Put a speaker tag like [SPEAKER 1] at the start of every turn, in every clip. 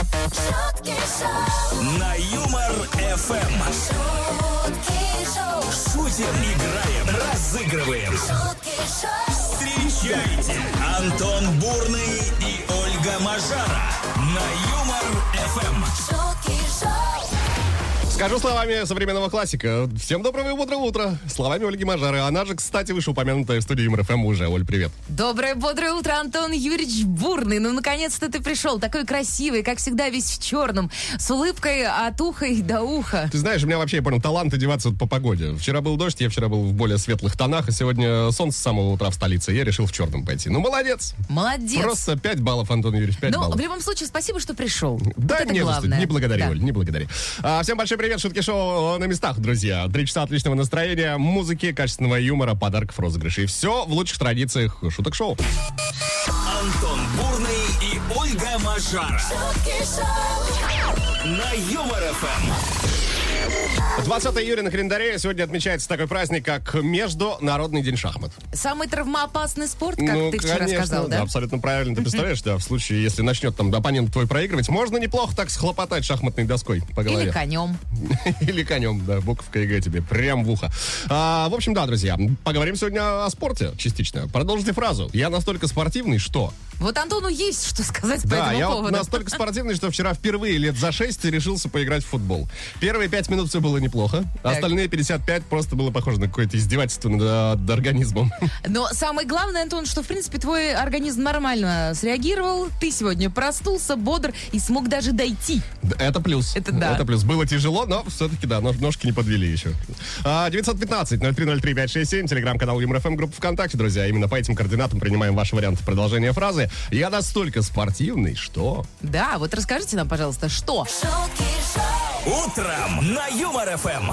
[SPEAKER 1] Шутки шоу,
[SPEAKER 2] На Юмор ФМ.
[SPEAKER 1] шутки шоу,
[SPEAKER 2] Шутим, играем, разыгрываем.
[SPEAKER 1] шутки шоу,
[SPEAKER 2] Встречайте Антон Бурный и Ольга Мажара на Юмор Эм. ФМ.
[SPEAKER 1] шутки шоу,
[SPEAKER 3] Скажу словами современного классика. Всем доброго и бодрого утра. Словами Ольги Мажары. Она же, кстати, вышеупомянутая в студии МРФМ уже. Оль, привет.
[SPEAKER 4] Доброе бодрое утро, Антон Юрьевич Бурный. Ну, наконец-то ты пришел. Такой красивый, как всегда, весь в черном. С улыбкой от уха и до уха.
[SPEAKER 3] Ты знаешь, у меня вообще, я понял, талант одеваться вот по погоде. Вчера был дождь, я вчера был в более светлых тонах, и сегодня солнце с самого утра в столице. Я решил в черном пойти. Ну, молодец.
[SPEAKER 4] Молодец.
[SPEAKER 3] Просто 5 баллов, Антон Юрьевич, 5
[SPEAKER 4] Ну,
[SPEAKER 3] баллов.
[SPEAKER 4] в любом случае, спасибо, что пришел.
[SPEAKER 3] Да,
[SPEAKER 4] вот это
[SPEAKER 3] не за что.
[SPEAKER 4] главное.
[SPEAKER 3] Не благодари,
[SPEAKER 4] Да.
[SPEAKER 3] Оль, не благодари. А, всем большой привет, шутки шоу на местах, друзья. Три часа отличного настроения, музыки, качественного юмора, подарков, розыгрышей. Все в лучших традициях шуток шоу.
[SPEAKER 2] Антон Бурный и Ольга Мажара
[SPEAKER 1] шутки шоу,
[SPEAKER 2] на Юмор Эм. ФМ.
[SPEAKER 3] 20 июля на календаре сегодня отмечается такой праздник, как Международный день шахмат.
[SPEAKER 4] Самый травмоопасный спорт, как
[SPEAKER 3] Ну,
[SPEAKER 4] ты вчера сказал, да?
[SPEAKER 3] абсолютно правильно. Ты представляешь, да, в случае, если начнет там оппонент твой проигрывать, можно неплохо так схлопотать шахматной доской по голове.
[SPEAKER 4] Или конем.
[SPEAKER 3] Или конем, да, буковка ЕГЭ тебе, прям в ухо. А, в общем, да, друзья, поговорим сегодня о спорте частично. Продолжите фразу. Я настолько спортивный, что...
[SPEAKER 4] Вот Антону есть что сказать по
[SPEAKER 3] Да,
[SPEAKER 4] этому
[SPEAKER 3] я вот
[SPEAKER 4] поводу.
[SPEAKER 3] настолько спортивный, что вчера впервые лет за 6 решился поиграть в футбол. Первые 5 минут все было неплохо,
[SPEAKER 4] Так.
[SPEAKER 3] остальные 55 просто было похоже на какое-то издевательство над, над организмом.
[SPEAKER 4] Но самое главное, Антон, что, в принципе, твой организм нормально среагировал. Ты сегодня проснулся, бодр и смог даже дойти.
[SPEAKER 3] Да, Это плюс.
[SPEAKER 4] Это да.
[SPEAKER 3] Это плюс. Было тяжело, но все-таки, да, нож- ножки не подвели еще. А, 915-0303-567, телеграм-канал ЮморФМ, эм, группа ВКонтакте, друзья. Именно по этим координатам принимаем ваши варианты продолжения фразы. Я настолько спортивный, что...
[SPEAKER 4] Да, вот расскажите нам, пожалуйста, что?
[SPEAKER 1] шутки шоу,
[SPEAKER 2] Утром на Юмор Эм. ФМ.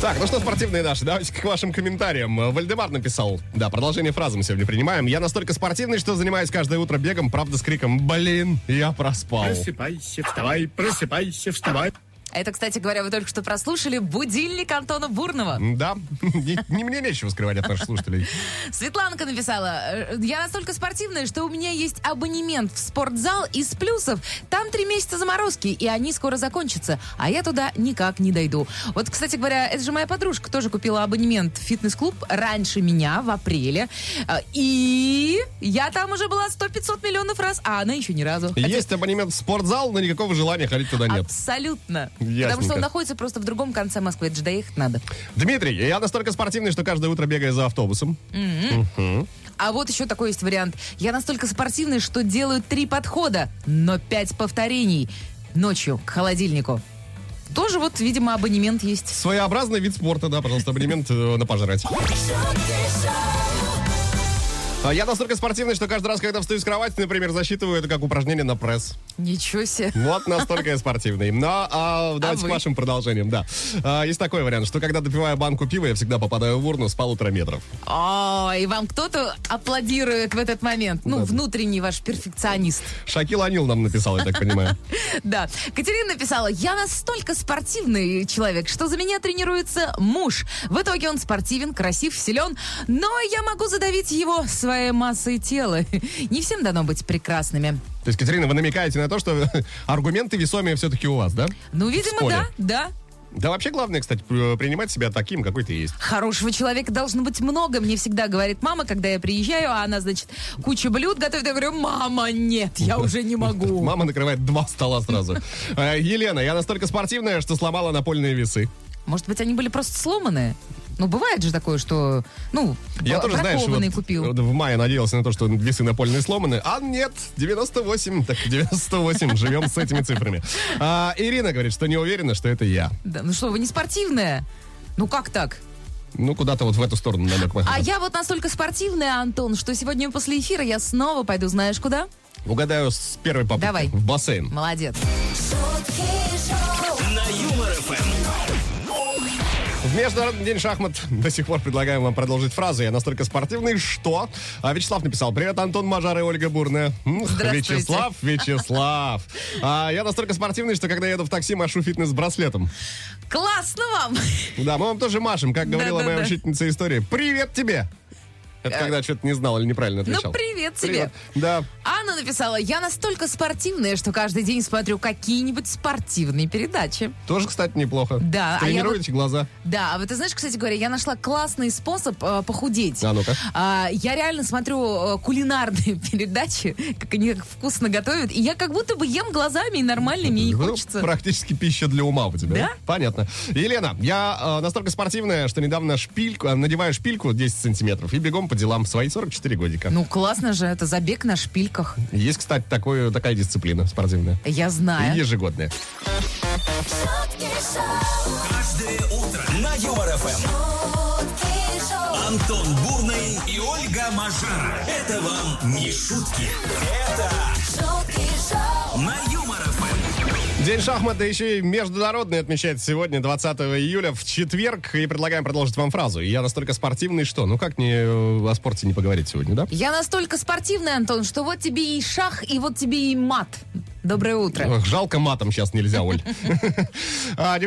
[SPEAKER 3] Так, ну что, спортивные наши, давайте к вашим комментариям. Вальдемар написал, да, продолжение фразы мы сегодня принимаем. Я настолько спортивный, что занимаюсь каждое утро бегом, правда, с криком «Блин, я проспал».
[SPEAKER 5] Просыпайся, вставай, просыпайся, вставай.
[SPEAKER 4] Это, кстати говоря, вы только что прослушали будильник Антона Бурного.
[SPEAKER 3] Да, не, не мне нечего скрывать от наших слушателей.
[SPEAKER 4] Светланка написала, «Э, я настолько спортивная, что у меня есть абонемент в спортзал из плюсов. Там три месяца заморозки, и они скоро закончатся, а я туда никак не дойду. Вот, кстати говоря, это же моя подружка тоже купила абонемент в фитнес-клуб раньше меня, в апреле. Э, И я там уже была 100-500 миллионов раз, а она еще ни разу. Хотя
[SPEAKER 3] Есть абонемент в спортзал, но никакого желания ходить туда нет.
[SPEAKER 4] Абсолютно. Потому
[SPEAKER 3] Ясненько.
[SPEAKER 4] что он находится просто в другом конце Москвы. Это же доехать надо.
[SPEAKER 3] Дмитрий, я настолько спортивный, что каждое утро бегаю за автобусом.
[SPEAKER 4] А вот еще такой есть вариант. Я настолько спортивный, что делаю три подхода, но пять повторений ночью к холодильнику. Тоже вот, видимо, абонемент есть.
[SPEAKER 3] Своеобразный вид спорта, да, пожалуйста, абонемент э, на пожрать.
[SPEAKER 1] шутки шоу,
[SPEAKER 3] А Я настолько спортивный, что каждый раз, когда встаю с кровати, например, засчитываю это как упражнение на пресс.
[SPEAKER 4] Ничего себе.
[SPEAKER 3] Вот настолько я спортивный. Но а, давайте к
[SPEAKER 4] А вы?
[SPEAKER 3] вашим продолжениям, да. А, есть такой вариант, что когда допиваю банку пива, я всегда попадаю в урну с полутора метров.
[SPEAKER 4] О, и вам кто-то аплодирует в этот момент. Ну,
[SPEAKER 3] Да.
[SPEAKER 4] внутренний ваш перфекционист.
[SPEAKER 3] Шакил Анил нам написал, я так понимаю.
[SPEAKER 4] Да. Катерина написала, я настолько спортивный человек, что за меня тренируется муж. В итоге он спортивен, красив, силен, но я могу задавить его своей массой тела. Не всем дано быть прекрасными.
[SPEAKER 3] То есть, Катерина, вы намекаете на то, что аргументы весомее все-таки у вас, да?
[SPEAKER 4] Ну,
[SPEAKER 3] В
[SPEAKER 4] видимо,
[SPEAKER 3] споре.
[SPEAKER 4] да, да.
[SPEAKER 3] Да вообще главное, кстати, п- принимать себя таким, какой ты есть.
[SPEAKER 4] Хорошего человека должно быть много. Мне всегда говорит мама, когда я приезжаю, а она, значит, кучу блюд готовит. Я говорю, мама, нет, я уже не могу.
[SPEAKER 3] Мама накрывает два стола сразу. Э, Елена, я настолько спортивная, что сломала напольные весы.
[SPEAKER 4] Может быть, они были просто сломанные? Ну, бывает же такое, что, ну,
[SPEAKER 3] Я
[SPEAKER 4] б-
[SPEAKER 3] тоже, знаешь, вот,
[SPEAKER 4] бракованный купил.
[SPEAKER 3] вот в мае надеялся на то, что весы напольные сломаны. А нет, 98. Так, 98. Живем с этими цифрами. А, Ирина говорит, что не уверена, что это я.
[SPEAKER 4] Да, ну что, вы не спортивная? Ну, как так?
[SPEAKER 3] Ну, куда-то вот в эту сторону намек махнул.
[SPEAKER 4] А я вот настолько спортивная, Антон, что сегодня после эфира я снова пойду, знаешь куда?
[SPEAKER 3] Угадаю с первой попытки.
[SPEAKER 4] Давай.
[SPEAKER 3] В бассейн.
[SPEAKER 4] Молодец.
[SPEAKER 1] шутки шоу,
[SPEAKER 2] На Юмор Эм. ФМ.
[SPEAKER 3] В Международный день шахмат до сих пор предлагаем вам продолжить фразу. Я настолько спортивный, что... А Вячеслав написал. Привет, Антон Мажар и Ольга Бурная. М,
[SPEAKER 4] Здравствуйте.
[SPEAKER 3] Вячеслав, Вячеслав. А, я настолько спортивный, что когда еду в такси, машу фитнес-браслетом.
[SPEAKER 4] Классно вам!
[SPEAKER 3] Да, мы вам тоже машем, как говорила
[SPEAKER 4] Да-да-да. Э,
[SPEAKER 3] моя учительница истории. Привет тебе! Это когда что-то не знал или неправильно
[SPEAKER 4] Ну,
[SPEAKER 3] отвечал.
[SPEAKER 4] привет тебе.
[SPEAKER 3] Привет. Да.
[SPEAKER 4] Анна написала, я настолько спортивная, что каждый день смотрю какие-нибудь спортивные передачи.
[SPEAKER 3] Тоже, кстати, неплохо.
[SPEAKER 4] Да, а я
[SPEAKER 3] Тренируете глаза.
[SPEAKER 4] Да, а вот ты знаешь, кстати говоря, я нашла классный способ э, похудеть.
[SPEAKER 3] А ну-ка.
[SPEAKER 4] А, я реально смотрю э, кулинарные передачи, как они так вкусно готовят, и я как будто бы ем глазами, и нормально мне не
[SPEAKER 3] Ну,
[SPEAKER 4] хочется.
[SPEAKER 3] практически пища для ума у тебя.
[SPEAKER 4] Да?
[SPEAKER 3] Понятно. Елена, я э, настолько спортивная, что недавно шпильку, э, надеваю шпильку 10 сантиметров и бегом по делам в свои 44 годика.
[SPEAKER 4] Ну, классно же, это забег на шпильках.
[SPEAKER 3] Есть, кстати, такое, такая дисциплина спортивная.
[SPEAKER 4] Я знаю.
[SPEAKER 3] И ежегодная.
[SPEAKER 1] шутки шоу,
[SPEAKER 2] Каждое утро на Юмор ФМ.
[SPEAKER 1] шутки шоу,
[SPEAKER 2] Антон Бурный и Ольга Мажара. Это вам не шутки. Это
[SPEAKER 1] шутки шоу,
[SPEAKER 2] на Юмор Эм. ФМ.
[SPEAKER 3] День шахмата еще и международный отмечается сегодня, 20 июля, в четверг. И предлагаем продолжить вам фразу. Я настолько спортивный, что? Ну как не э, о спорте не поговорить сегодня, да?
[SPEAKER 4] Я настолько спортивный, Антон, что вот тебе и шах, и вот тебе и мат. Доброе утро.
[SPEAKER 3] Ох, Жалко, матом сейчас нельзя, Оль. А,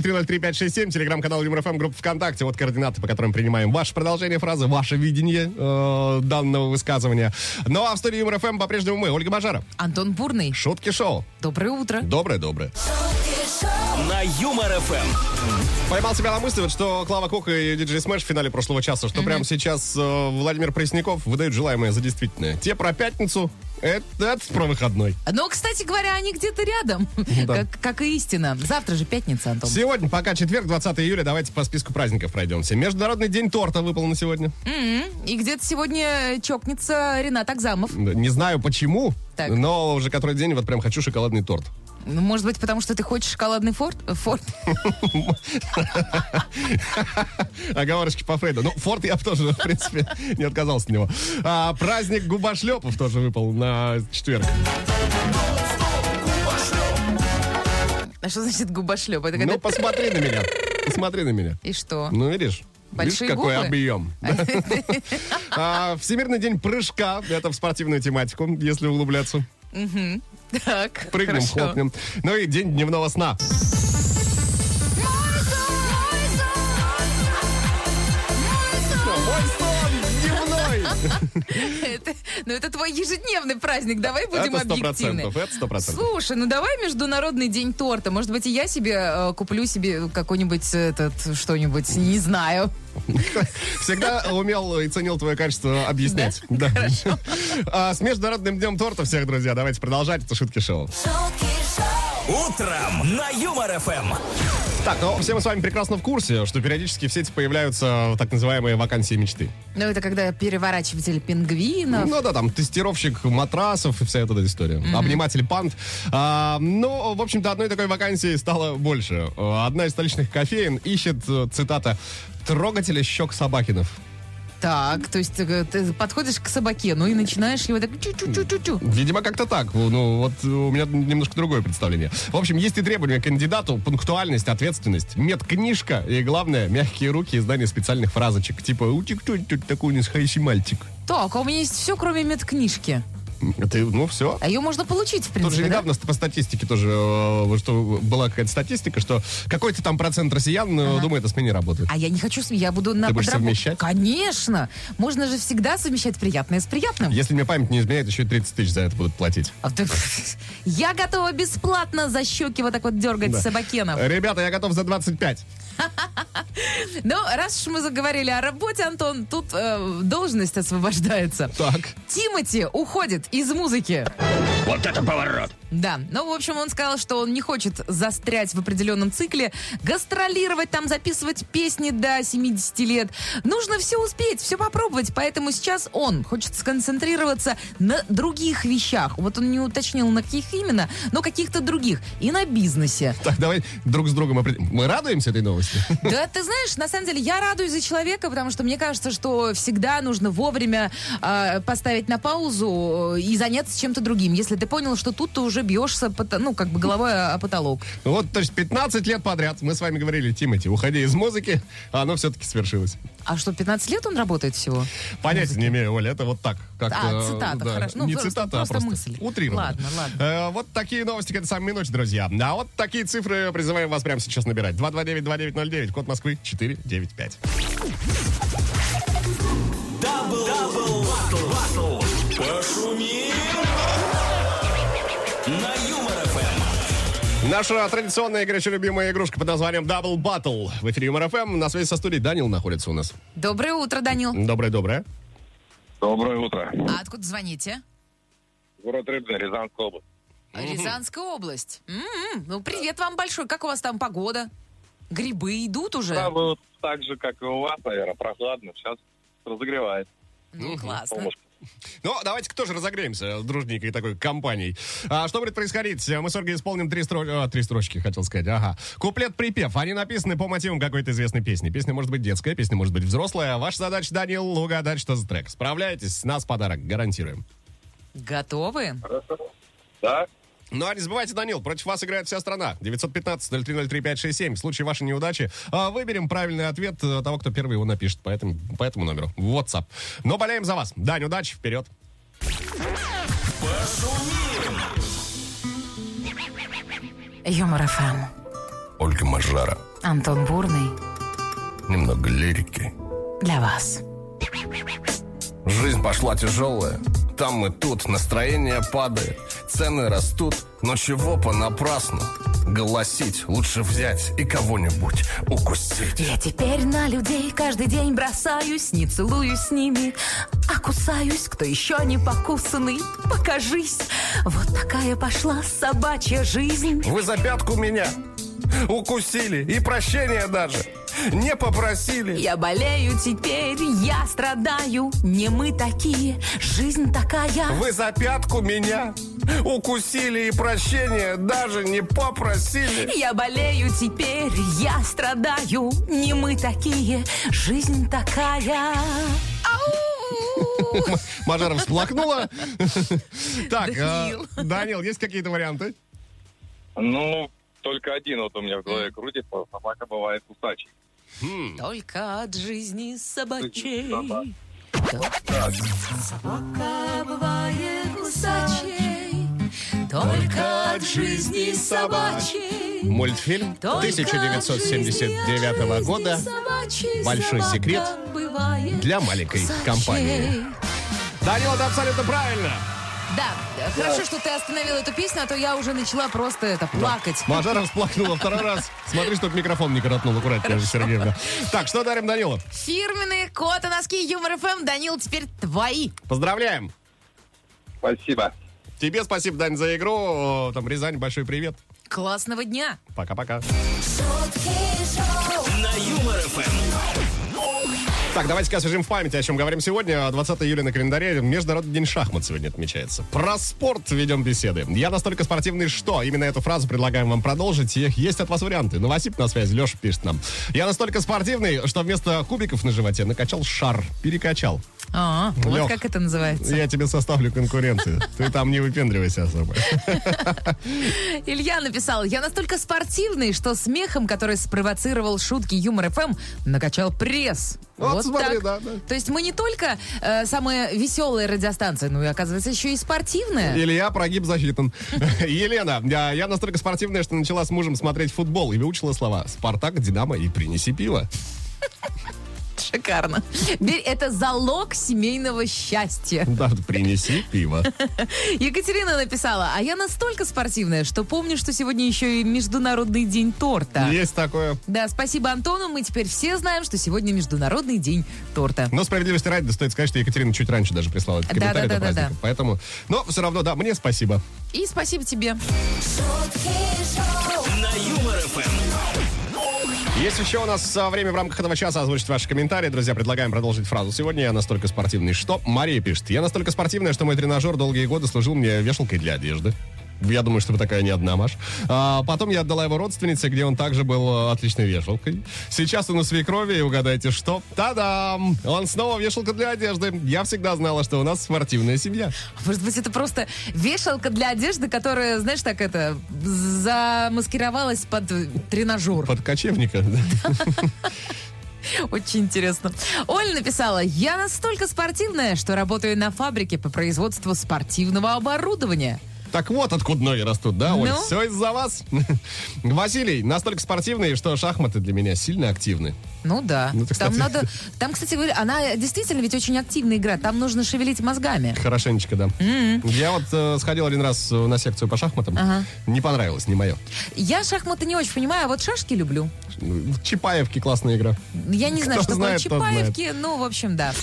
[SPEAKER 3] 915-0303-567, телеграм-канал ЮморФМ, группа ВКонтакте. Вот координаты, по которым принимаем ваше продолжение фразы, ваше видение э, данного высказывания. Ну а в студии ЮморФМ по-прежнему мы, Ольга Мажара.
[SPEAKER 4] Антон Бурный,
[SPEAKER 3] Шутки-шоу.
[SPEAKER 4] доброе утро.
[SPEAKER 3] Доброе-доброе.
[SPEAKER 1] шутки шоу,
[SPEAKER 2] На Юмор Эм. ФМ.
[SPEAKER 3] Поймал себя на мысли, вот, что Клава Кока и Диджей Смэш в финале прошлого часа, что прямо сейчас э, Владимир Пресняков выдают желаемое за действительное. Те про пятницу, это, это про выходной.
[SPEAKER 4] Но, Ну, кстати говоря, они где-то рядом,
[SPEAKER 3] Ну Да.
[SPEAKER 4] как, как и истина. Завтра же пятница, Антон.
[SPEAKER 3] Сегодня, пока четверг, 20 июля, давайте по списку праздников пройдемся. Международный день торта выпал на сегодня.
[SPEAKER 4] И где-то сегодня чокнется Ренат Акзамов.
[SPEAKER 3] Не знаю почему,
[SPEAKER 4] Так.
[SPEAKER 3] но уже который день вот прям хочу шоколадный торт.
[SPEAKER 4] Ну, Может быть, потому что ты хочешь шоколадный форт? э, форт?
[SPEAKER 3] Оговорочки по Фрейду. Ну, Форд я бы тоже, в принципе, не отказался от него. А, праздник губошлепов тоже выпал на четверг.
[SPEAKER 4] А что значит губошлеп? Это когда...
[SPEAKER 3] Ну, посмотри на меня. Посмотри на меня.
[SPEAKER 4] И что?
[SPEAKER 3] Ну, видишь?
[SPEAKER 4] Большие
[SPEAKER 3] видишь, какой
[SPEAKER 4] губы?
[SPEAKER 3] объем. А, Всемирный день прыжка. Это в спортивную тематику, если углубляться.
[SPEAKER 4] Так,
[SPEAKER 3] Прыгнем,
[SPEAKER 4] хорошо.
[SPEAKER 3] хлопнем. Ну и день дневного сна.
[SPEAKER 1] мой сон, мой сон, мой сон.
[SPEAKER 3] Мой сон дневной!
[SPEAKER 4] Это- ну, это твой ежедневный праздник, давай будем
[SPEAKER 3] Это сто
[SPEAKER 4] объективны.
[SPEAKER 3] процентов, это сто процентов.
[SPEAKER 4] Слушай, ну давай Международный день торта. Может быть, и я себе э, куплю себе какой-нибудь этот что-нибудь, не знаю.
[SPEAKER 3] Всегда умел и ценил твое качество объяснять. Да. А, с Международным днем торта всех, друзья. Давайте продолжать. Это шутки шоу.
[SPEAKER 1] Шутки шоу,
[SPEAKER 2] Утром на Юмор ФМ.
[SPEAKER 3] Так, ну все мы с вами прекрасно в курсе, что периодически в сети появляются так называемые вакансии мечты.
[SPEAKER 4] Ну, это когда переворачиватель пингвинов.
[SPEAKER 3] Ну да, там тестировщик матрасов и вся эта история. Обниматель панд. А, ну, в общем-то, одной такой вакансии стало больше. А, Одна из столичных кофеин ищет, э, цитата, трогателя щек собакинов.
[SPEAKER 4] Так, то есть э, ты подходишь к собаке, ну и начинаешь его так чу-чу-чу-чу-чу.
[SPEAKER 3] Видимо, как-то так. Ну, вот э, у меня немножко другое представление. В общем, есть и требования к кандидату. Пунктуальность, ответственность, медкнижка и, главное, мягкие руки и издание специальных фразочек. Типа, утик тут такой нисхайси мальчик.
[SPEAKER 4] Так, а у меня есть все, кроме медкнижки.
[SPEAKER 3] Ты, ну, все.
[SPEAKER 4] А ее можно получить, в
[SPEAKER 3] Тут же
[SPEAKER 4] принципе, да?
[SPEAKER 3] недавно ст- по статистике тоже э, вот что была какая-то статистика, что какой-то там процент россиян э, думает о смене работы.
[SPEAKER 4] А я не хочу, см- я буду на
[SPEAKER 3] Ты будешь
[SPEAKER 4] подработ-
[SPEAKER 3] совмещать?
[SPEAKER 4] Конечно. Можно же всегда совмещать приятное с приятным.
[SPEAKER 3] Если мне память не изменяет, еще и 30 тысяч за это будут платить.
[SPEAKER 4] А ты- Я готова бесплатно за щеки вот так вот дергать
[SPEAKER 3] Да. Э,
[SPEAKER 4] собакенов.
[SPEAKER 3] Ребята, я готов за 25.
[SPEAKER 4] Ну, раз уж мы заговорили о работе, Антон, тут э, должность освобождается.
[SPEAKER 3] Так.
[SPEAKER 4] Тимати уходит из музыки.
[SPEAKER 5] Вот это поворот!
[SPEAKER 4] Да, ну, в общем, он сказал, что он не хочет застрять в определенном цикле, гастролировать там, записывать песни до 70 лет. Нужно все успеть, все попробовать, поэтому сейчас он хочет сконцентрироваться на других вещах. Вот он не уточнил, на каких именно, но каких-то других. И на бизнесе.
[SPEAKER 3] Так, давай друг с другом определим. Мы радуемся этой новости?
[SPEAKER 4] Да, ты знаешь, на самом деле я радуюсь за человека, потому что мне кажется, что всегда нужно вовремя э, поставить на паузу э, и заняться чем-то другим. Если ты понял, что тут ты уже бьешься, пота- ну, как бы головой о о потолок.
[SPEAKER 3] Вот, то есть 15 лет подряд мы с вами говорили, Тимати, уходи из музыки, а оно все-таки свершилось.
[SPEAKER 4] А что, 15 лет он работает всего?
[SPEAKER 3] Понятия не имею, Оля, это вот так. Как
[SPEAKER 4] А, цитата, хорошо. Ну,
[SPEAKER 3] не
[SPEAKER 4] просто-
[SPEAKER 3] цитата,
[SPEAKER 4] просто
[SPEAKER 3] а просто
[SPEAKER 4] мысль.
[SPEAKER 3] утрированно.
[SPEAKER 4] Ладно, ладно.
[SPEAKER 3] Э, вот такие новости к этой самой минуте, друзья. А вот такие цифры призываем вас прямо сейчас набирать. 229-2909, код Москвы 495.
[SPEAKER 2] Дабл Дабл батл. Пошумим на Юмор ФМ.
[SPEAKER 3] Наша традиционная и горячо любимая игрушка под названием Double Battle. В эфире Юмор ФМ. На связи со студией Данил находится у нас.
[SPEAKER 4] Доброе утро, Данил.
[SPEAKER 3] Доброе-доброе.
[SPEAKER 6] Доброе утро.
[SPEAKER 4] А откуда звоните?
[SPEAKER 6] Город Рыбный, Рязанская область.
[SPEAKER 4] Рязанская область. М-м, Ну, привет вам большой. Как у вас там погода? Грибы идут уже?
[SPEAKER 6] Да, вот так же, как и у вас, наверное, прохладно. Сейчас разогревает
[SPEAKER 4] Ну, классно.
[SPEAKER 6] солнышко.
[SPEAKER 3] Ну, давайте-ка тоже разогреемся с дружненькой такой компанией. А, что будет происходить? Мы с Ольгой исполним три, стро- а, три строчки, хотел сказать. Ага. Куплет-припев. Они написаны по мотивам какой-то известной песни. Песня может быть детская, песня может быть взрослая. Ваша задача, Данил, угадать, что за трек. Справляйтесь, с нас подарок, гарантируем.
[SPEAKER 4] Готовы?
[SPEAKER 6] Да?
[SPEAKER 3] Ну, а не забывайте, Данил, против вас играет вся страна. 915-0303-567. В случае вашей неудачи а, выберем правильный ответ э, того, кто первый его напишет по этому, по этому номеру. В WhatsApp. Но болеем за вас. Дань, удачи, вперед.
[SPEAKER 4] Юмор ФМ.
[SPEAKER 3] Ольга Мажара.
[SPEAKER 4] Антон Бурный
[SPEAKER 3] Немного лирики.
[SPEAKER 4] для вас.
[SPEAKER 3] Жизнь пошла тяжелая, там и тут настроение падает, цены растут, но чего понапрасну? Голосить лучше взять и кого-нибудь укусить.
[SPEAKER 4] Я теперь на людей каждый день бросаюсь, не целуюсь с ними, а кусаюсь, кто еще не покусанный, покажись. Вот такая пошла собачья жизнь.
[SPEAKER 3] Вы за пятку меня укусили и прощения даже не попросили.
[SPEAKER 4] Я болею теперь, я страдаю, не мы такие, жизнь такая.
[SPEAKER 3] Вы за пятку меня укусили и прощения даже не попросили.
[SPEAKER 4] Я болею теперь, я страдаю, не мы такие, жизнь такая. Ау!
[SPEAKER 3] Мажаров всплакнула. Так,
[SPEAKER 4] Данил.
[SPEAKER 3] э, Данил, есть какие-то варианты?
[SPEAKER 6] Ну, только один вот у меня в голове крутится. Собака бывает кусачей.
[SPEAKER 4] Только от жизни собачей.
[SPEAKER 6] Собак.
[SPEAKER 4] Собака бывает кусачей, только от жизни собачей.
[SPEAKER 3] Мультфильм
[SPEAKER 4] Только от жизни, от жизни собачей
[SPEAKER 3] Большой
[SPEAKER 4] собака
[SPEAKER 3] секрет
[SPEAKER 4] бывает
[SPEAKER 3] для маленькой
[SPEAKER 4] кусачей.
[SPEAKER 3] компании. Данил, это абсолютно правильно.
[SPEAKER 4] Да, э, хорошо, что ты остановил эту песню, а то я уже начала просто это плакать.
[SPEAKER 3] Мажара всплакнула второй раз. Смотри, чтобы микрофон не коротнул. Аккуратнее же, Сергеевна. Так, что дарим Данилу?
[SPEAKER 4] Фирменные коты, носки, юмор ФМ. Данил, теперь твои.
[SPEAKER 3] Поздравляем.
[SPEAKER 6] Спасибо.
[SPEAKER 3] Тебе спасибо, Дань, за игру. Там, Рязань, большой привет.
[SPEAKER 4] Классного дня.
[SPEAKER 3] Пока-пока.
[SPEAKER 1] шутки шоу,
[SPEAKER 2] На Юмор ФМ.
[SPEAKER 3] Так, давайте-ка освежим в памяти, о чем говорим сегодня. 20 июля на календаре Международный день шахмат сегодня отмечается. Про спорт ведем беседы. Я настолько спортивный, что? Именно эту фразу предлагаем вам продолжить. И есть от вас варианты. Новосип на связи, Леша пишет нам. Я настолько спортивный, что вместо кубиков на животе накачал шар. Перекачал.
[SPEAKER 4] А, вот
[SPEAKER 3] Лёх.
[SPEAKER 4] как это называется.
[SPEAKER 3] Я тебе составлю конкуренцию. Ты там не выпендривайся особо.
[SPEAKER 4] Илья написал, я настолько спортивный, что смехом, который спровоцировал шутки Юмор ФМ, накачал пресс.
[SPEAKER 3] Вот смотри,
[SPEAKER 4] так.
[SPEAKER 3] да, да.
[SPEAKER 4] То есть мы не только э, самая веселая радиостанция, но и, оказывается, еще и спортивная.
[SPEAKER 3] Илья прогиб засчитан. Елена, я, я настолько спортивная, что начала с мужем смотреть футбол и выучила слова «Спартак», «Динамо» и «Принеси пиво».
[SPEAKER 4] Шикарно. Бер- Это залог семейного счастья.
[SPEAKER 3] Да, принеси пиво.
[SPEAKER 4] Екатерина написала, а я настолько спортивная, что помню, что сегодня еще и Международный день торта.
[SPEAKER 3] Есть такое.
[SPEAKER 4] Да, спасибо Антону, мы теперь все знаем, что сегодня Международный день торта.
[SPEAKER 3] Но справедливости ради, стоит сказать, что Екатерина чуть раньше даже прислала этот
[SPEAKER 4] Да,
[SPEAKER 3] комментарий
[SPEAKER 4] да,
[SPEAKER 3] до
[SPEAKER 4] да, да,
[SPEAKER 3] праздника.
[SPEAKER 4] да.
[SPEAKER 3] Поэтому, но все равно, да, мне спасибо.
[SPEAKER 4] И спасибо тебе.
[SPEAKER 1] шутки шоу,
[SPEAKER 2] На Юмор ФМ.
[SPEAKER 3] Есть еще у нас а, время в рамках этого часа озвучить ваши комментарии. Друзья, предлагаем продолжить фразу. Сегодня я настолько спортивный, что... Мария пишет. Я настолько спортивная, что мой тренажер долгие годы служил мне вешалкой для одежды. Я думаю, что вы такая не одна, Маш. А, потом я отдала его родственнице, где он также был э, отличной вешалкой. Сейчас он у свекрови, и угадайте что? Та-дам! Он снова вешалка для одежды. Я всегда знала, что у нас спортивная семья.
[SPEAKER 4] Может быть, это просто вешалка для одежды, которая, знаешь, так это, замаскировалась под тренажер.
[SPEAKER 3] Под кочевника.
[SPEAKER 4] Очень интересно. Оля написала, я настолько спортивная, что работаю на фабрике по производству спортивного оборудования.
[SPEAKER 3] Так вот, откуда ноги растут, да, Оль?
[SPEAKER 4] Ну?
[SPEAKER 3] Все из-за вас. Василий настолько спортивный, что шахматы для меня сильно активны.
[SPEAKER 4] Ну да.
[SPEAKER 3] Ну, это,
[SPEAKER 4] там
[SPEAKER 3] кстати.
[SPEAKER 4] надо. Там, кстати говоря, она действительно ведь очень активная игра. Там нужно шевелить мозгами.
[SPEAKER 3] Хорошенечко, да. Я вот э, сходил один раз э, на секцию по шахматам.
[SPEAKER 4] М-м. Ага.
[SPEAKER 3] Не понравилось, не мое.
[SPEAKER 4] Я шахматы не очень понимаю, а вот шашки люблю.
[SPEAKER 3] Чапаевки классная игра.
[SPEAKER 4] Я не знаю,
[SPEAKER 3] Кто
[SPEAKER 4] что такое
[SPEAKER 3] знает, тот знает.
[SPEAKER 4] Чапаевки, ну, в общем, да.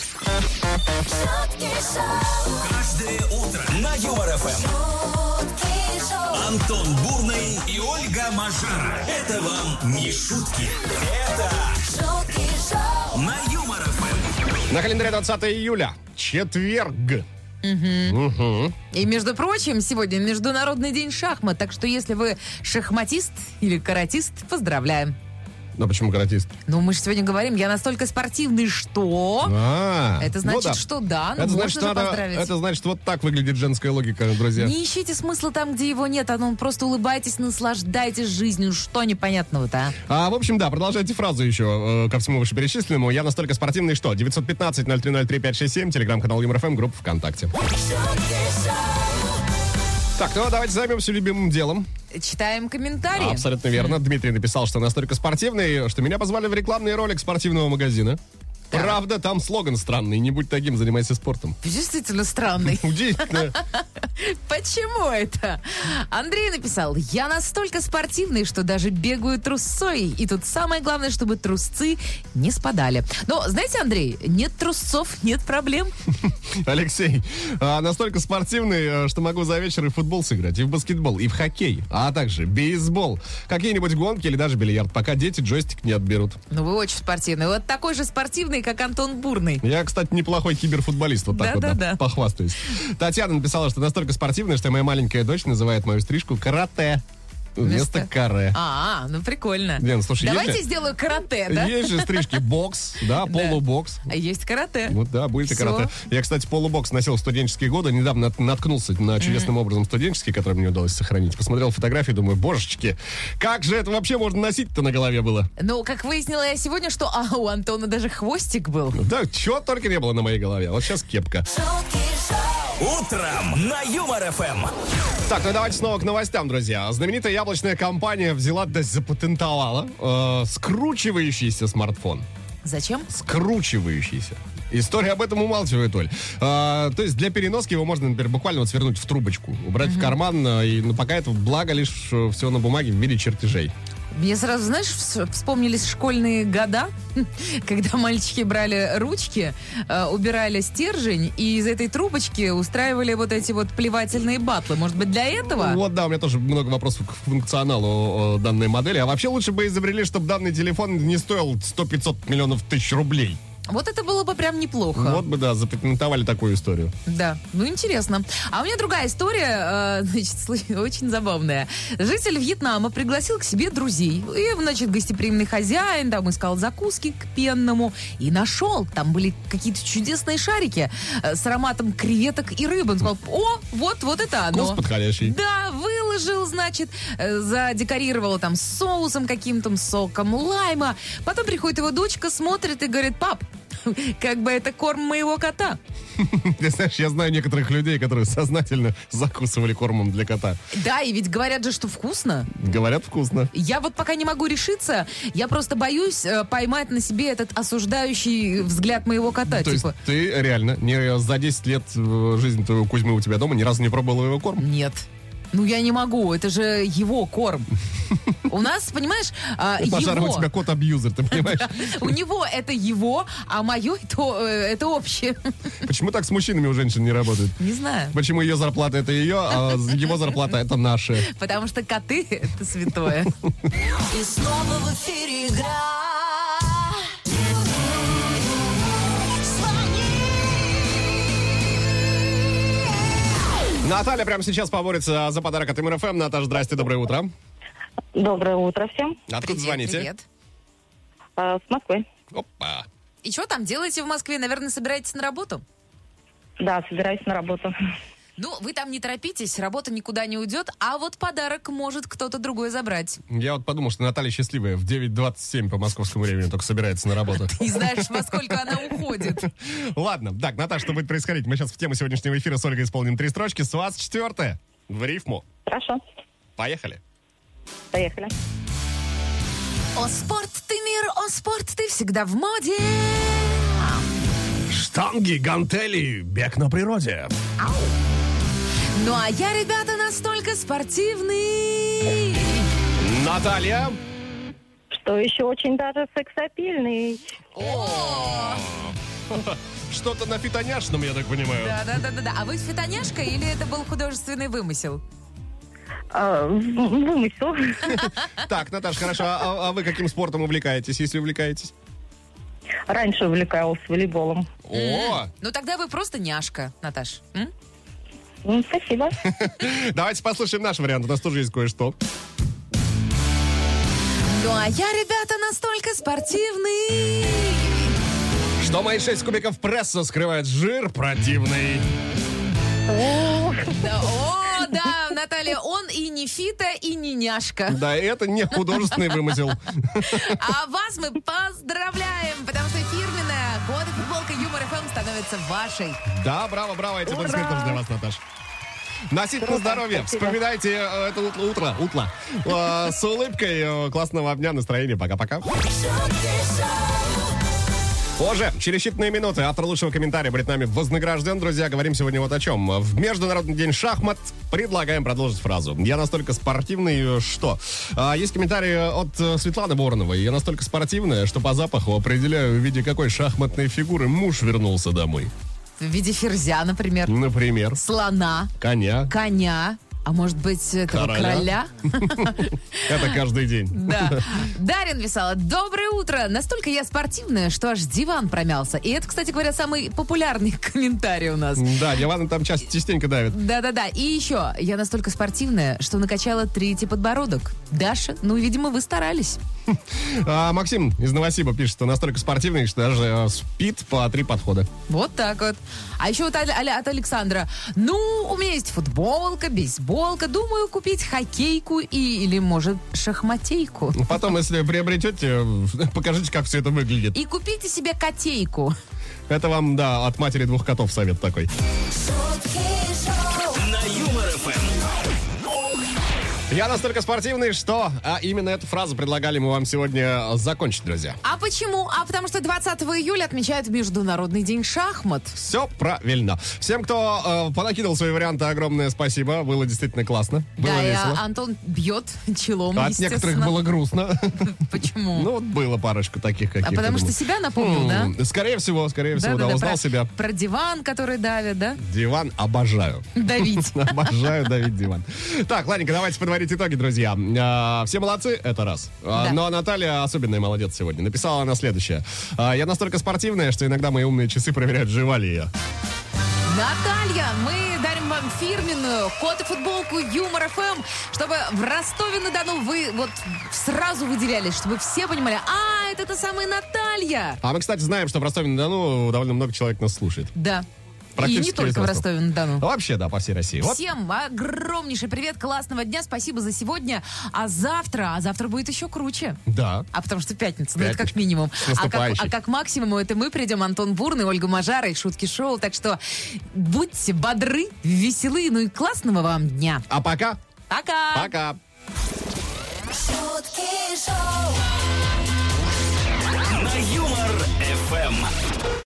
[SPEAKER 1] шутки шоу,
[SPEAKER 2] Каждое утро на Юмор ФМ.
[SPEAKER 1] шутки шоу,
[SPEAKER 2] Антон Бурный и Ольга Мажара. Это вам не шутки. Это
[SPEAKER 1] шутки шоу,
[SPEAKER 2] на Юмор ФМ.
[SPEAKER 3] На календаре 20 июля. Четверг.
[SPEAKER 4] И, между прочим, сегодня Международный день шахмат, так что если вы шахматист или каратист, поздравляем.
[SPEAKER 3] Ну почему каратист?
[SPEAKER 4] Ну, мы же сегодня говорим, я настолько спортивный, что...
[SPEAKER 3] А,
[SPEAKER 4] Это
[SPEAKER 3] ну
[SPEAKER 4] значит,
[SPEAKER 3] да.
[SPEAKER 4] что да,
[SPEAKER 3] это
[SPEAKER 4] ну можно
[SPEAKER 3] значит,
[SPEAKER 4] же
[SPEAKER 3] надо-
[SPEAKER 4] поздравить.
[SPEAKER 3] это значит, вот так выглядит женская логика, друзья.
[SPEAKER 4] Не ищите смысла там, где его нет, а ну просто улыбайтесь, наслаждайтесь жизнью. Что непонятного-то, а?
[SPEAKER 3] А, в общем, да, продолжайте фразу еще э, ко всему вышеперечисленному. Я настолько спортивный, что 915-0303-567, телеграм-канал ЮморФМ, группа ВКонтакте.
[SPEAKER 1] шутки шоу,
[SPEAKER 3] Так, ну а давайте займемся любимым делом.
[SPEAKER 4] а? Читаем комментарии.
[SPEAKER 3] Абсолютно верно. Дмитрий написал, что настолько спортивный, что меня позвали в рекламный ролик спортивного магазина. Правда, там слоган странный. Не будь таким, занимайся спортом.
[SPEAKER 4] Действительно странный.
[SPEAKER 3] Удивительно.
[SPEAKER 4] Почему это? Андрей написал, я настолько спортивный, что даже бегаю трусцой. И тут самое главное, чтобы трусцы не спадали. Но, знаете, Андрей, нет трусцов, нет проблем.
[SPEAKER 3] Алексей, а, настолько спортивный, э, что могу за вечер и в футбол сыграть, и в баскетбол, и в хоккей, а также бейсбол, какие-нибудь гонки или даже бильярд, пока дети джойстик не отберут.
[SPEAKER 4] Ну, вы очень спортивный. Вот такой же спортивный, как Антон Бурный.
[SPEAKER 3] Я, кстати, неплохой киберфутболист, вот так вот,
[SPEAKER 4] Да-да-да.
[SPEAKER 3] похвастаюсь. Татьяна написала, что настолько спортивная, что моя маленькая дочь называет мою стрижку карате вместо
[SPEAKER 4] Вместо-
[SPEAKER 3] каре.
[SPEAKER 4] А, ну прикольно.
[SPEAKER 3] Лен, слушай, есть
[SPEAKER 4] Давайте
[SPEAKER 3] же-
[SPEAKER 4] сделаю карате, да?
[SPEAKER 3] Есть же стрижки бокс, да, полубокс.
[SPEAKER 4] А Есть карате.
[SPEAKER 3] Вот да, будет и
[SPEAKER 4] Всё.
[SPEAKER 3] карате. Я, кстати, полубокс носил в студенческие годы. Недавно нат- наткнулся на чудесным образом студенческий, который мне удалось сохранить. Посмотрел фотографии, думаю, божечки, как же это вообще можно носить-то на голове было?
[SPEAKER 4] Ну, как выяснила я сегодня, что а, у Антона даже хвостик был.
[SPEAKER 3] Да, чего только не было на моей голове. Вот сейчас кепка.
[SPEAKER 1] шутки шоу,
[SPEAKER 2] Утром на Юмор ФМ.
[SPEAKER 3] Так, ну давайте снова к новостям, друзья. Знаменитая яблочная компания взяла, да запатентовала э, скручивающийся смартфон.
[SPEAKER 4] Зачем?
[SPEAKER 3] скручивающийся. История об этом умалчивает, Оль. А, то есть для переноски его можно, например, буквально вот свернуть в трубочку, убрать в карман, а, и ну, пока это благо лишь все на бумаге в виде чертежей.
[SPEAKER 4] Мне сразу, знаешь, вс- вспомнились школьные года, когда мальчики брали ручки, э, убирали стержень и из этой трубочки устраивали вот эти вот плевательные батлы. Может быть, для этого?
[SPEAKER 3] Ну Вот, да, у меня тоже много вопросов к функционалу э, данной модели. А вообще лучше бы изобрели, чтобы данный телефон не стоил 100-500 миллионов тысяч рублей.
[SPEAKER 4] Вот это было бы прям неплохо.
[SPEAKER 3] Вот бы, да, запатентовали такую историю.
[SPEAKER 4] Да, ну интересно. А у меня другая история, э, значит, слы- очень забавная. Житель Вьетнама пригласил к себе друзей. И, значит, гостеприимный хозяин там искал закуски к пенному. И нашел. Там были какие-то чудесные шарики э, с ароматом креветок и рыбы. Он сказал, о, вот, вот это оно.
[SPEAKER 3] Вкус подходящий.
[SPEAKER 4] Да, выложил, значит, э, задекорировала там соусом каким-то, соком лайма. Потом приходит его дочка, смотрит и говорит, пап, как бы это корм моего кота.
[SPEAKER 3] Ты знаешь, я знаю некоторых людей, которые сознательно закусывали кормом для кота.
[SPEAKER 4] Да, и ведь говорят же, что вкусно.
[SPEAKER 3] Говорят, вкусно.
[SPEAKER 4] Я вот пока не могу решиться. Я просто боюсь э, поймать на себе этот осуждающий взгляд моего кота.
[SPEAKER 3] Ну, То есть
[SPEAKER 4] типа,
[SPEAKER 3] ты реально не за 10 лет э, жизни твоего Кузьмы у тебя дома ни разу не пробовал его корм?
[SPEAKER 4] нет. Ну я не могу, это же его корм. У нас, понимаешь, а,
[SPEAKER 3] Пожар, у
[SPEAKER 4] его.
[SPEAKER 3] тебя кот-абьюзер, ты понимаешь?
[SPEAKER 4] У него это его, а мое это, э, это общее.
[SPEAKER 3] Почему так с мужчинами у женщин не работает?
[SPEAKER 4] Не знаю.
[SPEAKER 3] Почему ее зарплата это ее, а его зарплата это наша?
[SPEAKER 4] Потому что коты — это святое.
[SPEAKER 1] и снова в эфире игра. Звони.
[SPEAKER 3] Наталья прямо сейчас поборется за подарок от МРФМ. Наташа, здрасте, доброе утро.
[SPEAKER 7] Доброе утро всем.
[SPEAKER 3] Откуда
[SPEAKER 4] Привет,
[SPEAKER 3] звоните?
[SPEAKER 4] Привет.
[SPEAKER 7] А, С Москвы.
[SPEAKER 3] Опа.
[SPEAKER 4] И что там делаете в Москве? Наверное, собираетесь на работу?
[SPEAKER 7] Да, собираюсь на работу.
[SPEAKER 4] Ну, вы там не торопитесь, работа никуда не уйдет, а вот подарок может кто-то другой забрать.
[SPEAKER 3] Я вот подумал, что Наталья счастливая в 9.27 по московскому времени только собирается на работу.
[SPEAKER 4] Не знаешь, во сколько она уходит.
[SPEAKER 3] Ладно, так, Наташа, что будет происходить? Мы сейчас в тему сегодняшнего эфира с Ольгой исполним три строчки. С вас четвертая. В рифму.
[SPEAKER 7] Хорошо,
[SPEAKER 3] Поехали.
[SPEAKER 7] поехали.
[SPEAKER 4] О, спорт, ты мне мир, он спорт, ты всегда в моде.
[SPEAKER 3] Штанги, гантели, бег на природе.
[SPEAKER 4] Ну а я, ребята, настолько спортивный.
[SPEAKER 3] Наталья.
[SPEAKER 7] Что еще очень даже сексапильный.
[SPEAKER 3] Что-то на фитоняшном, я так понимаю.
[SPEAKER 4] Да-да-да-да. А вы фитоняшка или это был художественный вымысел?
[SPEAKER 7] А, в- вымысел.
[SPEAKER 3] Так, Наташ, хорошо. А, а вы каким спортом увлекаетесь, если увлекаетесь?
[SPEAKER 7] Раньше увлекалась волейболом.
[SPEAKER 3] О,
[SPEAKER 4] Ну тогда вы просто няшка, Наташ. М?
[SPEAKER 7] Ну, спасибо.
[SPEAKER 3] давайте послушаем наш вариант. У нас тоже есть кое-что.
[SPEAKER 4] Ну а я, ребята, настолько спортивный.
[SPEAKER 3] Что мои 6 кубиков пресса скрывает жир противный.
[SPEAKER 4] Да, о, да, Наталья, он и не фита, и не няшка.
[SPEAKER 3] Да, и это не художественный вымысел.
[SPEAKER 4] А вас мы поздравляем, потому что фирменная год и футболка Юмор ФМ становится вашей.
[SPEAKER 3] Да, браво, браво, эти
[SPEAKER 7] Ура!
[SPEAKER 3] аплодисменты для вас, Наташ. Носите на
[SPEAKER 7] Круто,
[SPEAKER 3] здоровье.
[SPEAKER 7] спасибо.
[SPEAKER 3] Вспоминайте э, это ут- утро, утро. Э, С улыбкой, э, классного дня, настроения. Пока-пока.
[SPEAKER 1] шутки шоу,
[SPEAKER 3] Позже, через считанные минуты, автор лучшего комментария будет нами вознагражден. Друзья, говорим сегодня вот о чем. В Международный день шахмат предлагаем продолжить фразу. Я настолько спортивный, э, что... А, Есть комментарий от э, Светланы Вороновой. Я настолько спортивная, что по запаху определяю, в виде какой шахматной фигуры муж вернулся домой.
[SPEAKER 4] В виде ферзя, например,
[SPEAKER 3] Например,
[SPEAKER 4] слона,
[SPEAKER 3] коня.
[SPEAKER 4] коня, а может быть, этого
[SPEAKER 3] Короля.
[SPEAKER 4] короля?
[SPEAKER 3] Это каждый день.
[SPEAKER 4] Да. Дарин писала, доброе утро. Настолько я спортивная, что аж диван промялся. И это, кстати говоря, самый популярный комментарий у нас.
[SPEAKER 3] Да, диваны там часто частенько давят.
[SPEAKER 4] Да-да-да. И еще, я настолько спортивная, что накачала третий подбородок. Даша, ну, видимо, вы старались.
[SPEAKER 3] А, Максим из Новосиба пишет, что настолько спортивный, что даже э, спит по три подхода.
[SPEAKER 4] Вот так вот. А еще вот Аля- Аля- от Александра. Ну, у меня есть футболка, бейсболка. Думаю, купить хоккейку и, или, может, шахматейку.
[SPEAKER 3] Потом, если приобретете, покажите, как все это выглядит.
[SPEAKER 4] И купите себе котейку.
[SPEAKER 3] Это вам, да, от матери двух котов совет такой.
[SPEAKER 1] шутки шоу,
[SPEAKER 2] На Юмор ФМ.
[SPEAKER 3] Я настолько спортивный, что... А именно эту фразу предлагали мы вам сегодня закончить, друзья.
[SPEAKER 4] А почему? А потому что 20 июля отмечают Международный день шахмат.
[SPEAKER 3] Все правильно. Всем, кто э, понакидывал свои варианты, огромное спасибо. Было действительно классно. Было
[SPEAKER 4] да, и, а,
[SPEAKER 3] весело. А
[SPEAKER 4] Антон бьет челом,
[SPEAKER 3] От
[SPEAKER 4] естественно.
[SPEAKER 3] некоторых было грустно.
[SPEAKER 4] Почему?
[SPEAKER 3] Ну, Хм. вот было парочку таких
[SPEAKER 4] а
[SPEAKER 3] каких-то.
[SPEAKER 4] потому что
[SPEAKER 3] думаю.
[SPEAKER 4] себя напомнил, да?
[SPEAKER 3] М, Ну, Скорее всего, скорее всего, да,
[SPEAKER 4] Да-да-да,
[SPEAKER 3] узнал
[SPEAKER 4] про-
[SPEAKER 3] себя.
[SPEAKER 4] Про диван, который давит, да?
[SPEAKER 3] Диван обожаю.
[SPEAKER 4] Давить.
[SPEAKER 3] Обожаю давить диван. Так, ладненько, давайте подводить итоги, друзья. А, Все молодцы, это раз. А,
[SPEAKER 4] Да.
[SPEAKER 3] Ну а Наталья особенная молодец сегодня. Написала она следующее. А, Я настолько спортивная, что иногда мои умные часы проверяют, жива ли я.
[SPEAKER 4] Наталья, мы дарим вам фирменную кот и футболку Юмор ФМ, чтобы в Ростове-на-Дону вы вот сразу выделялись, чтобы все понимали, а, это та самая Наталья.
[SPEAKER 3] А мы, кстати, знаем, что в Ростове-на-Дону довольно много человек нас слушает.
[SPEAKER 4] Да. И
[SPEAKER 3] Практически
[SPEAKER 4] не только в
[SPEAKER 3] весь Ростов.
[SPEAKER 4] Ростове-на-Дону.
[SPEAKER 3] Вообще, да, по всей России. Вот.
[SPEAKER 4] Всем огромнейший привет, классного дня, спасибо за сегодня. А завтра, а завтра будет еще круче.
[SPEAKER 3] Да.
[SPEAKER 4] А потому что пятница, ну это
[SPEAKER 3] Пятница.
[SPEAKER 4] как минимум.
[SPEAKER 3] С
[SPEAKER 4] А как,
[SPEAKER 3] наступающей.
[SPEAKER 4] а как максимум это мы придем, Антон Бурный, Ольга Мажара и Шутки Шоу. Так что будьте бодры, веселы, ну и классного вам дня.
[SPEAKER 3] А пока,
[SPEAKER 4] Пока!
[SPEAKER 3] пока.
[SPEAKER 1] шутки шоу.
[SPEAKER 2] На Юмор ФМ.